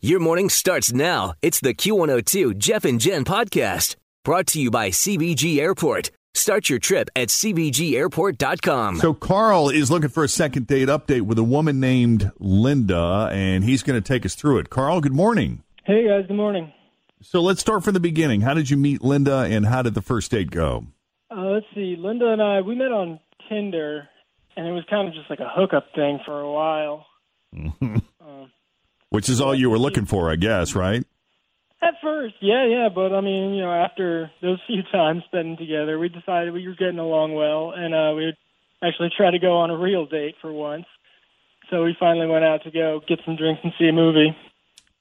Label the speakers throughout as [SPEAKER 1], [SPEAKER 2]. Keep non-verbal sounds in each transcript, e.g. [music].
[SPEAKER 1] Your morning starts now. It's the Q102 Jeff and Jen podcast brought to you by CBG Airport. Start your trip at CBGAirport.com.
[SPEAKER 2] So Carl is looking for a second date update with a woman named Linda, and he's going to take us through it. Carl, good morning.
[SPEAKER 3] Hey guys, good morning.
[SPEAKER 2] So let's start from the beginning. How did you meet Linda, and how did the first date go?
[SPEAKER 3] Uh, let's see, Linda and I we met on Tinder, and it was kind of just like a hookup thing for a while.
[SPEAKER 2] Which is all you were looking for, I guess, right?
[SPEAKER 3] At first, yeah, yeah, but I mean, you know, after those [laughs] few times spending together, we decided we were getting along well, and uh, we would actually try to go on a real date for once. So we finally went out to go get some drinks and see a movie.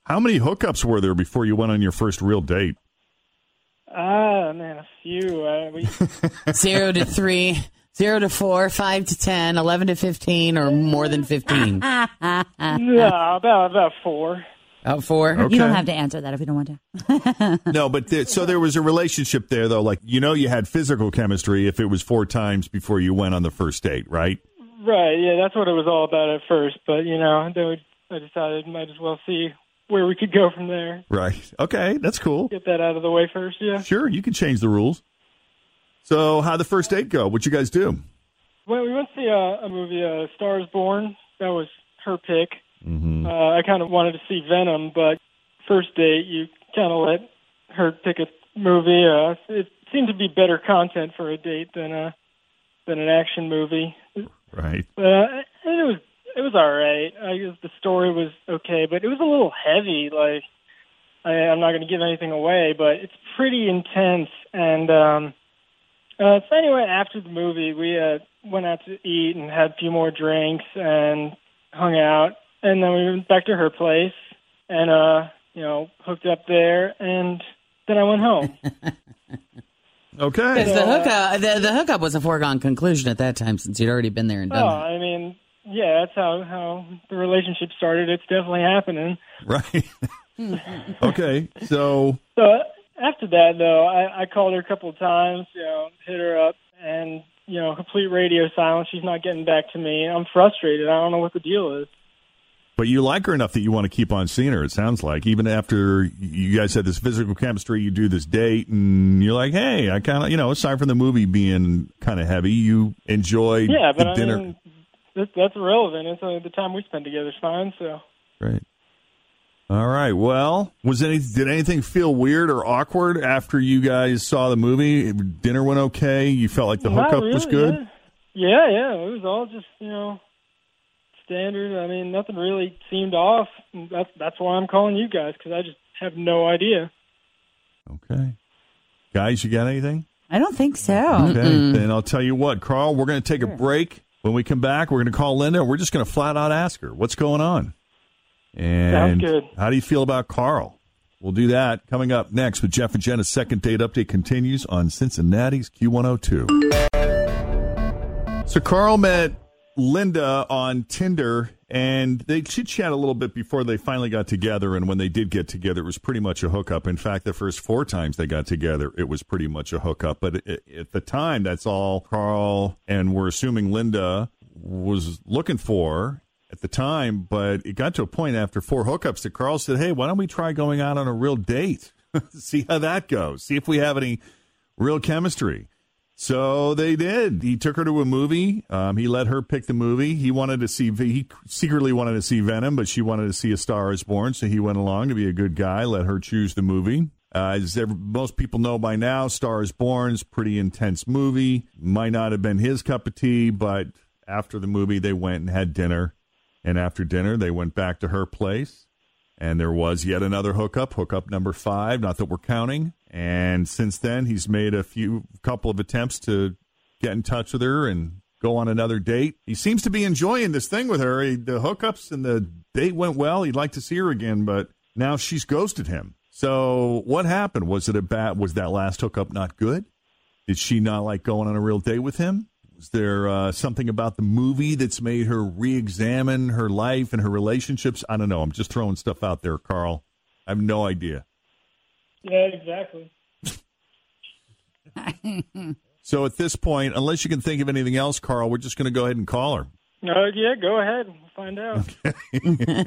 [SPEAKER 2] How many hookups were there before you went on your first real date?
[SPEAKER 3] Ah, man, a few. Uh, we,
[SPEAKER 4] zero to three, zero to four, five to ten, eleven to fifteen, or more than fifteen.
[SPEAKER 3] nah, about about four.
[SPEAKER 4] Out four.
[SPEAKER 2] Okay.
[SPEAKER 5] You don't have to answer that if you don't want to.
[SPEAKER 2] no, but there, so there was a relationship there, though. Like you know, you had physical chemistry if it was four times before you went on the first date, right?
[SPEAKER 3] Right, yeah, that's what it was all about at first, but you know, then we, I decided might as well see where we could go from there.
[SPEAKER 2] Right. Okay, that's cool.
[SPEAKER 3] Get that out of the way first, yeah.
[SPEAKER 2] Sure, you can change the rules. So, how the first date go? What you guys do?
[SPEAKER 3] Well, we went to see uh, a movie, uh, Stars Born. That was her pick. Mm-hmm. Uh, I kind of wanted to see Venom, but first date, you kind of let her pick a movie. Uh, it seemed to be better content for a date than uh, than an action movie.
[SPEAKER 2] Right.
[SPEAKER 3] But uh, and it was it was all right. I guess the story was okay, but it was a little heavy. Like I, I'm not going to give anything away, but it's pretty intense. And um, uh, so anyway, after the movie, we uh, went out to eat and had a few more drinks and hung out, and then we went back to her place and uh, you know hooked up there, and then I went home.
[SPEAKER 2] Okay. [laughs]
[SPEAKER 4] The hookup, the, the hookup was a foregone conclusion at that time since you'd already been there and
[SPEAKER 3] oh,
[SPEAKER 4] done that.
[SPEAKER 3] I mean, yeah, that's how how the relationship started. It's definitely happening.
[SPEAKER 2] Right. [laughs] okay. So,
[SPEAKER 3] So after that, though, I, I called her a couple of times, you know, hit her up, and you know, complete radio silence. She's not getting back to me. I'm frustrated. I don't know what the deal is.
[SPEAKER 2] but you like her enough that you want to keep on seeing her. It sounds like even after you guys had this physical chemistry, you do this date, and you're like, "Hey, I kind of, you know, aside from the movie being kind of heavy, you enjoyed
[SPEAKER 3] Yeah, but
[SPEAKER 2] the
[SPEAKER 3] I
[SPEAKER 2] dinner."
[SPEAKER 3] mean, that, that's irrelevant. It's only the time we spend together is fine. So
[SPEAKER 2] Right. All right. Well, was any did anything feel weird or awkward after you guys saw the movie? Dinner went okay. You felt like the
[SPEAKER 3] Not
[SPEAKER 2] hookup was
[SPEAKER 3] really,
[SPEAKER 2] good.
[SPEAKER 3] Yeah. yeah, yeah, it was all just you know standard. I mean, nothing really seemed off. And That's that's why I'm calling you guys because I just have no idea.
[SPEAKER 2] Okay. Guys, you got anything?
[SPEAKER 5] I don't think so.
[SPEAKER 4] Mm-hmm.
[SPEAKER 2] Okay. Then I'll tell you what, Carl, we're going to take a break. When we come back, we're going to call Linda. and We're just going to flat out ask her what's going on. And
[SPEAKER 3] Sounds good.
[SPEAKER 2] how do you feel about Carl? We'll do that coming up next with Jeff and Jenna's second date update continues on Cincinnati's Q102. So Carl met Linda on Tinder and they chit chat a little bit before they finally got together. And when they did get together, it was pretty much a hookup. In fact, the first four times they got together, it was pretty much a hookup. But at, at the time, that's all Carl and we're assuming Linda was looking for at the time. But it got to a point after four hookups that Carl said, Hey, why don't we try going out on a real date? [laughs] See how that goes. See if we have any real chemistry. So they did. He took her to a movie. Um, he let her pick the movie. He wanted to see. He secretly wanted to see Venom, but she wanted to see A Star Is Born. So he went along to be a good guy. Let her choose the movie. Uh, as every, most people know by now, Star is Born's pretty intense movie. Might not have been his cup of tea, but after the movie, they went and had dinner. And after dinner, they went back to her place. And there was yet another hookup, hookup number five, not that we're counting. And since then, he's made a few couple of attempts to get in touch with her and go on another date. He seems to be enjoying this thing with her. He, the hookups and the date went well. He'd like to see her again, but now she's ghosted him. So what happened? Was it a bad? Was that last hookup not good? Did she not like going on a real date with him? Was there uh, something about the movie that's made her re-examine her life and her relationships? I don't know. I'm just throwing stuff out there, Carl. I have no idea.
[SPEAKER 3] Yeah, exactly.
[SPEAKER 2] So at this point, unless you can think of anything else, Carl, we're just going to go ahead and call her.
[SPEAKER 3] Uh, yeah, go ahead. We'll find out.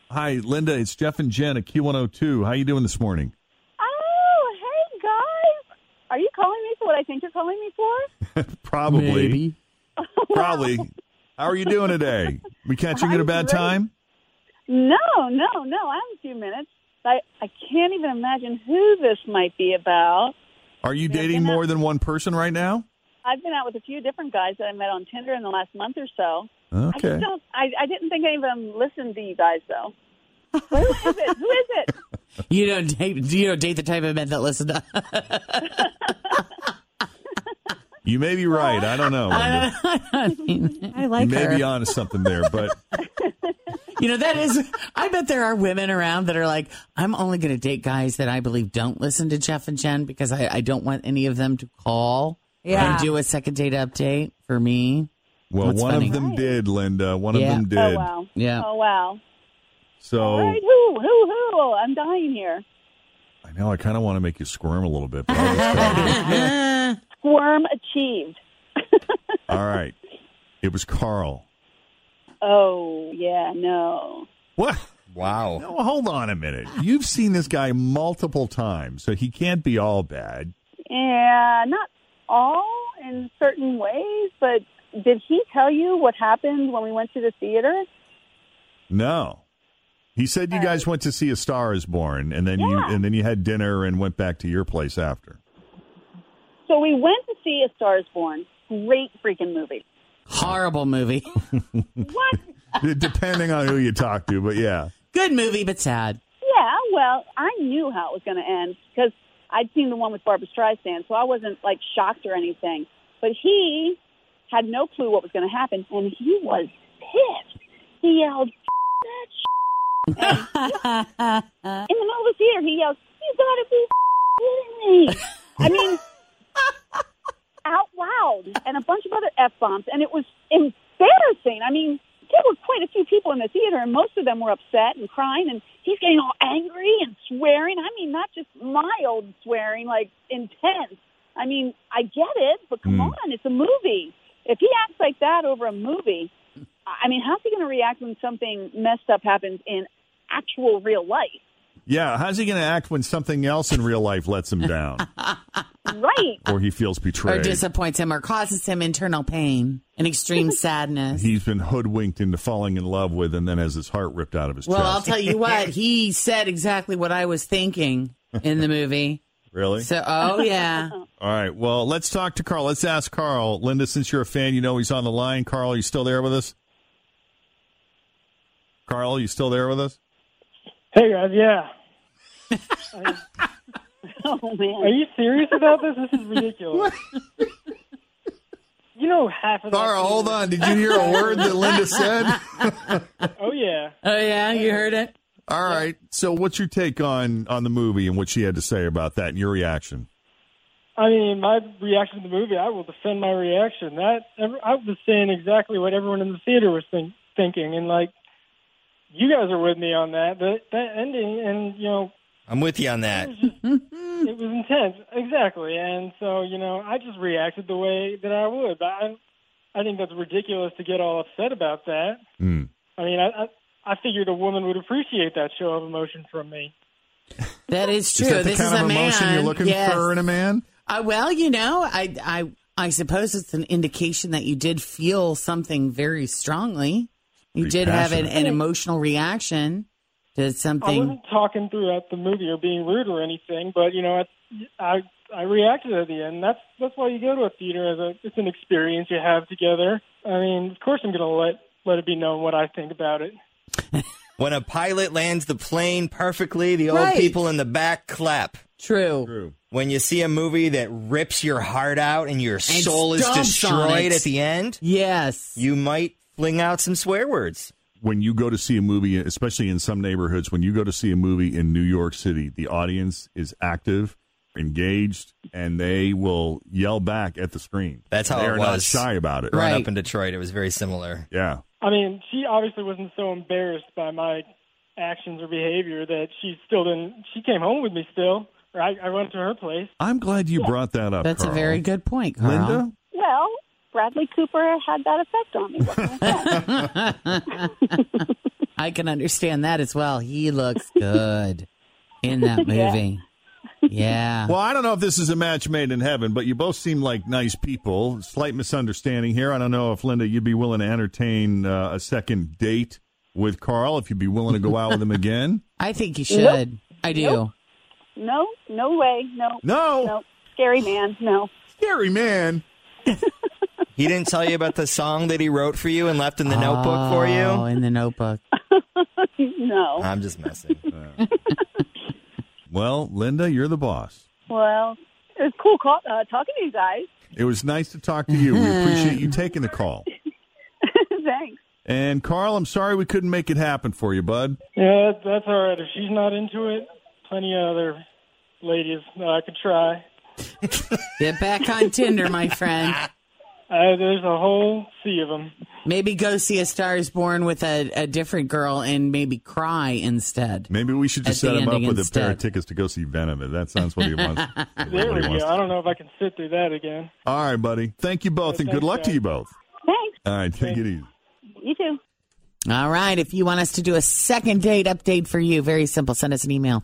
[SPEAKER 2] Hi, Linda. It's Jeff and Jen at Q102. How you doing this morning? [laughs]
[SPEAKER 6] Oh, hey guys, are you calling me for what I think you're calling me for?
[SPEAKER 2] Probably. Probably. How are you doing today? We catching you at a
[SPEAKER 6] I'm
[SPEAKER 2] bad
[SPEAKER 6] great.
[SPEAKER 2] time?
[SPEAKER 6] No, no, no. I have a few minutes. I I can't even imagine who this might be about.
[SPEAKER 2] Are you dating more than one person right now?
[SPEAKER 6] I've been out with a few different guys that I met on Tinder in the last month or so. I
[SPEAKER 2] Okay.
[SPEAKER 6] just don't. I, I didn't think any of them listened to you guys though. who is it? Who is it?
[SPEAKER 4] You don't date, you don't date the type of men that listen to.
[SPEAKER 2] You may be right. I don't know. Linda.
[SPEAKER 4] [laughs]
[SPEAKER 5] I
[SPEAKER 2] You
[SPEAKER 5] like
[SPEAKER 2] may
[SPEAKER 5] her.
[SPEAKER 2] be onto something there, but
[SPEAKER 4] You know that is. I bet there are women around that are like, I'm only going to date guys that I believe don't listen to Jeff and Jen because I, I don't want any of them to call
[SPEAKER 5] Yeah.
[SPEAKER 4] and do a second date update for me.
[SPEAKER 2] well,
[SPEAKER 4] That's
[SPEAKER 2] one
[SPEAKER 4] funny.
[SPEAKER 2] of them did, Linda. One
[SPEAKER 4] Yeah.
[SPEAKER 2] of them did.
[SPEAKER 6] Oh wow.
[SPEAKER 4] Yeah.
[SPEAKER 6] Oh wow.
[SPEAKER 2] So
[SPEAKER 6] All right. Who? Who? Who? I'm dying here.
[SPEAKER 2] I know I kind of want to make you squirm a little bit. But I'll just tell you.
[SPEAKER 6] Squirm achieved.
[SPEAKER 2] All right. It was Carl.
[SPEAKER 6] Oh yeah. No.
[SPEAKER 2] What?
[SPEAKER 7] Wow.
[SPEAKER 2] No, hold on a minute. You've seen this guy multiple times, so he can't be all bad.
[SPEAKER 6] Yeah, not all in certain ways, but did he tell you what happened when we went to the theater?
[SPEAKER 2] No. He said you guys went to see A Star Is Born, and then you
[SPEAKER 6] Yeah.
[SPEAKER 2] and then you had dinner and went back to your place after.
[SPEAKER 6] So we went to see A Star is Born. Great freaking movie.
[SPEAKER 4] Horrible movie.
[SPEAKER 6] What?
[SPEAKER 2] Depending on who you talk to, but yeah,
[SPEAKER 4] Good movie, but sad.
[SPEAKER 6] yeah, well, I knew how it was going to end because I'd seen the one with Barbara Streisand, so I wasn't like shocked or anything. But he had no clue what was going to happen, and he was pissed. He yelled, "F- that in the middle of the theater, he yells, "You gotta be kidding me!" I mean, out loud, and a bunch of other f bombs, and it was embarrassing. I mean, there were quite a few people in the theater, and most of them were upset and crying, and he's getting all angry and swearing. I mean, not just mild swearing, like intense. I mean, I get it, but come on, it's a movie. If he acts like that over a movie, I mean, how's he going to react when something messed up happens in actual real life?
[SPEAKER 2] yeah. How's he going to act when something else in real life lets him down,
[SPEAKER 6] Right.
[SPEAKER 2] or he
[SPEAKER 4] [laughs]
[SPEAKER 2] feels
[SPEAKER 4] Or
[SPEAKER 2] betrayed?
[SPEAKER 4] disappoints him or causes him internal pain and extreme sadness.
[SPEAKER 2] He's been hoodwinked into falling in love with, and then has his heart ripped out of his
[SPEAKER 4] Well,
[SPEAKER 2] chest.
[SPEAKER 4] I'll tell you what, he said exactly what I was thinking in the movie.
[SPEAKER 2] really?
[SPEAKER 4] So, oh, yeah.
[SPEAKER 2] All right. Well, let's talk to Carl. Let's ask Carl. Linda, since you're a fan, you know he's on the line. Carl, are you still there with us? Carl, you still there with us?
[SPEAKER 6] [laughs]
[SPEAKER 3] Hey guys, yeah.
[SPEAKER 6] Oh man.
[SPEAKER 3] Are you serious about this? This
[SPEAKER 2] [laughs]
[SPEAKER 3] is ridiculous. you know half of that.
[SPEAKER 2] Tara, hold on. Did you hear a word that Linda said?
[SPEAKER 3] oh yeah.
[SPEAKER 4] Oh yeah, you heard it.
[SPEAKER 2] [laughs] All right. So, what's your take on on the movie and what she had to say about that and your reaction?
[SPEAKER 3] I mean, my reaction to the movie, I will defend my reaction. That I was saying exactly what everyone in the theater was think, thinking, and like, you guys are with me on that. That that ending, and you know,
[SPEAKER 8] I'm with you on that.
[SPEAKER 3] [laughs] it was intense, exactly. And so, you know, I just reacted the way that I would. I I think that's ridiculous to get all upset about that.
[SPEAKER 2] Mm.
[SPEAKER 3] I mean, I I, I figured a woman would appreciate that show of emotion from me.
[SPEAKER 4] That is true.
[SPEAKER 2] Is that the
[SPEAKER 4] this
[SPEAKER 2] kind
[SPEAKER 4] is
[SPEAKER 2] of
[SPEAKER 4] a
[SPEAKER 2] emotion
[SPEAKER 4] man.
[SPEAKER 2] you're looking
[SPEAKER 4] Yes.
[SPEAKER 2] for in a man?
[SPEAKER 4] Uh, well, you know, I, I, I suppose it's an indication that you did feel something very strongly. You
[SPEAKER 2] Pretty
[SPEAKER 4] did have an,
[SPEAKER 2] passionate.
[SPEAKER 4] an emotional reaction to
[SPEAKER 3] I
[SPEAKER 4] something.
[SPEAKER 3] wasn't talking throughout the movie or being rude or anything, but you know, I I, I reacted at the end. That's that's why you go to a theater as a it's an experience you have together. I mean, of course, I'm going to let let it be known what I think about it.
[SPEAKER 8] [laughs] When a pilot lands the plane perfectly, the old
[SPEAKER 3] Right.
[SPEAKER 8] people in the back clap.
[SPEAKER 4] True.
[SPEAKER 2] True.
[SPEAKER 8] When you see a movie that rips your heart out and your soul is
[SPEAKER 4] stomps on
[SPEAKER 8] destroyed
[SPEAKER 4] it.
[SPEAKER 8] at the end,
[SPEAKER 4] yes,
[SPEAKER 8] you might fling out some swear words.
[SPEAKER 2] When you go to see a movie, especially in some neighborhoods, when you go to see a movie in New York City, the audience is active, engaged, and they will yell back at the screen.
[SPEAKER 8] That's how
[SPEAKER 2] they
[SPEAKER 8] it
[SPEAKER 2] are not
[SPEAKER 8] was.
[SPEAKER 2] shy about it.
[SPEAKER 8] Growing up in Detroit, it was very similar.
[SPEAKER 2] Yeah.
[SPEAKER 3] I mean, she obviously wasn't so embarrassed by my actions or behavior that she still didn't. She came home with me still. Or I, I went to her place.
[SPEAKER 2] I'm glad you brought that up.
[SPEAKER 4] That's a
[SPEAKER 2] Carl.
[SPEAKER 4] very good point, Carl.
[SPEAKER 2] Linda?
[SPEAKER 6] Well, Bradley Cooper had that effect on me.
[SPEAKER 4] I can understand that as well. He looks good in that
[SPEAKER 2] Yeah.
[SPEAKER 4] movie. Yeah.
[SPEAKER 2] Well, I don't know if this is a match made in heaven, but you both seem like nice people. Slight misunderstanding here. I don't know if Linda, you'd be willing to entertain uh, a second date with Carl if you'd be willing to go out [laughs] with him again.
[SPEAKER 4] I think you
[SPEAKER 6] Nope.
[SPEAKER 4] should. I do.
[SPEAKER 6] Nope. No, no way. No.
[SPEAKER 2] No.
[SPEAKER 6] No. Scary man. No.
[SPEAKER 2] Scary man.
[SPEAKER 8] He didn't tell you about the song that he wrote for you and left in the notebook for
[SPEAKER 4] Oh,
[SPEAKER 8] you?
[SPEAKER 4] in the notebook.
[SPEAKER 6] no.
[SPEAKER 8] I'm just messing.
[SPEAKER 2] Well, Linda, you're the boss.
[SPEAKER 6] Well, it was cool call, uh, talking to you guys. [laughs]
[SPEAKER 2] It was nice to talk to you. We
[SPEAKER 4] [laughs]
[SPEAKER 2] appreciate you taking the call.
[SPEAKER 6] Thanks.
[SPEAKER 2] And Carl, I'm sorry we couldn't make it happen for you, bud.
[SPEAKER 3] Yeah, that- that's all right. If she's not into it, plenty of other ladies that I could try.
[SPEAKER 4] Get back on Tinder, my
[SPEAKER 2] [laughs]
[SPEAKER 4] friend.
[SPEAKER 3] Uh, there's a whole sea of them.
[SPEAKER 4] Maybe go see a Star is Born with a, a different girl and maybe cry instead.
[SPEAKER 2] Maybe we should just
[SPEAKER 4] At the
[SPEAKER 2] set him up
[SPEAKER 4] ending
[SPEAKER 2] with a pair of
[SPEAKER 4] instead.
[SPEAKER 2] tickets to go see Venom. If that sounds what he
[SPEAKER 4] [laughs]
[SPEAKER 2] wants.
[SPEAKER 3] There
[SPEAKER 2] what
[SPEAKER 3] we
[SPEAKER 2] he wants
[SPEAKER 3] go.
[SPEAKER 2] to-
[SPEAKER 3] I don't know if I can sit through that again.
[SPEAKER 2] All right, buddy. Thank you both, and good luck to you both.
[SPEAKER 6] Thanks.
[SPEAKER 2] All right, take it easy.
[SPEAKER 6] You too.
[SPEAKER 4] All right. If you want us to do a second date update for you, very simple. Send us an email.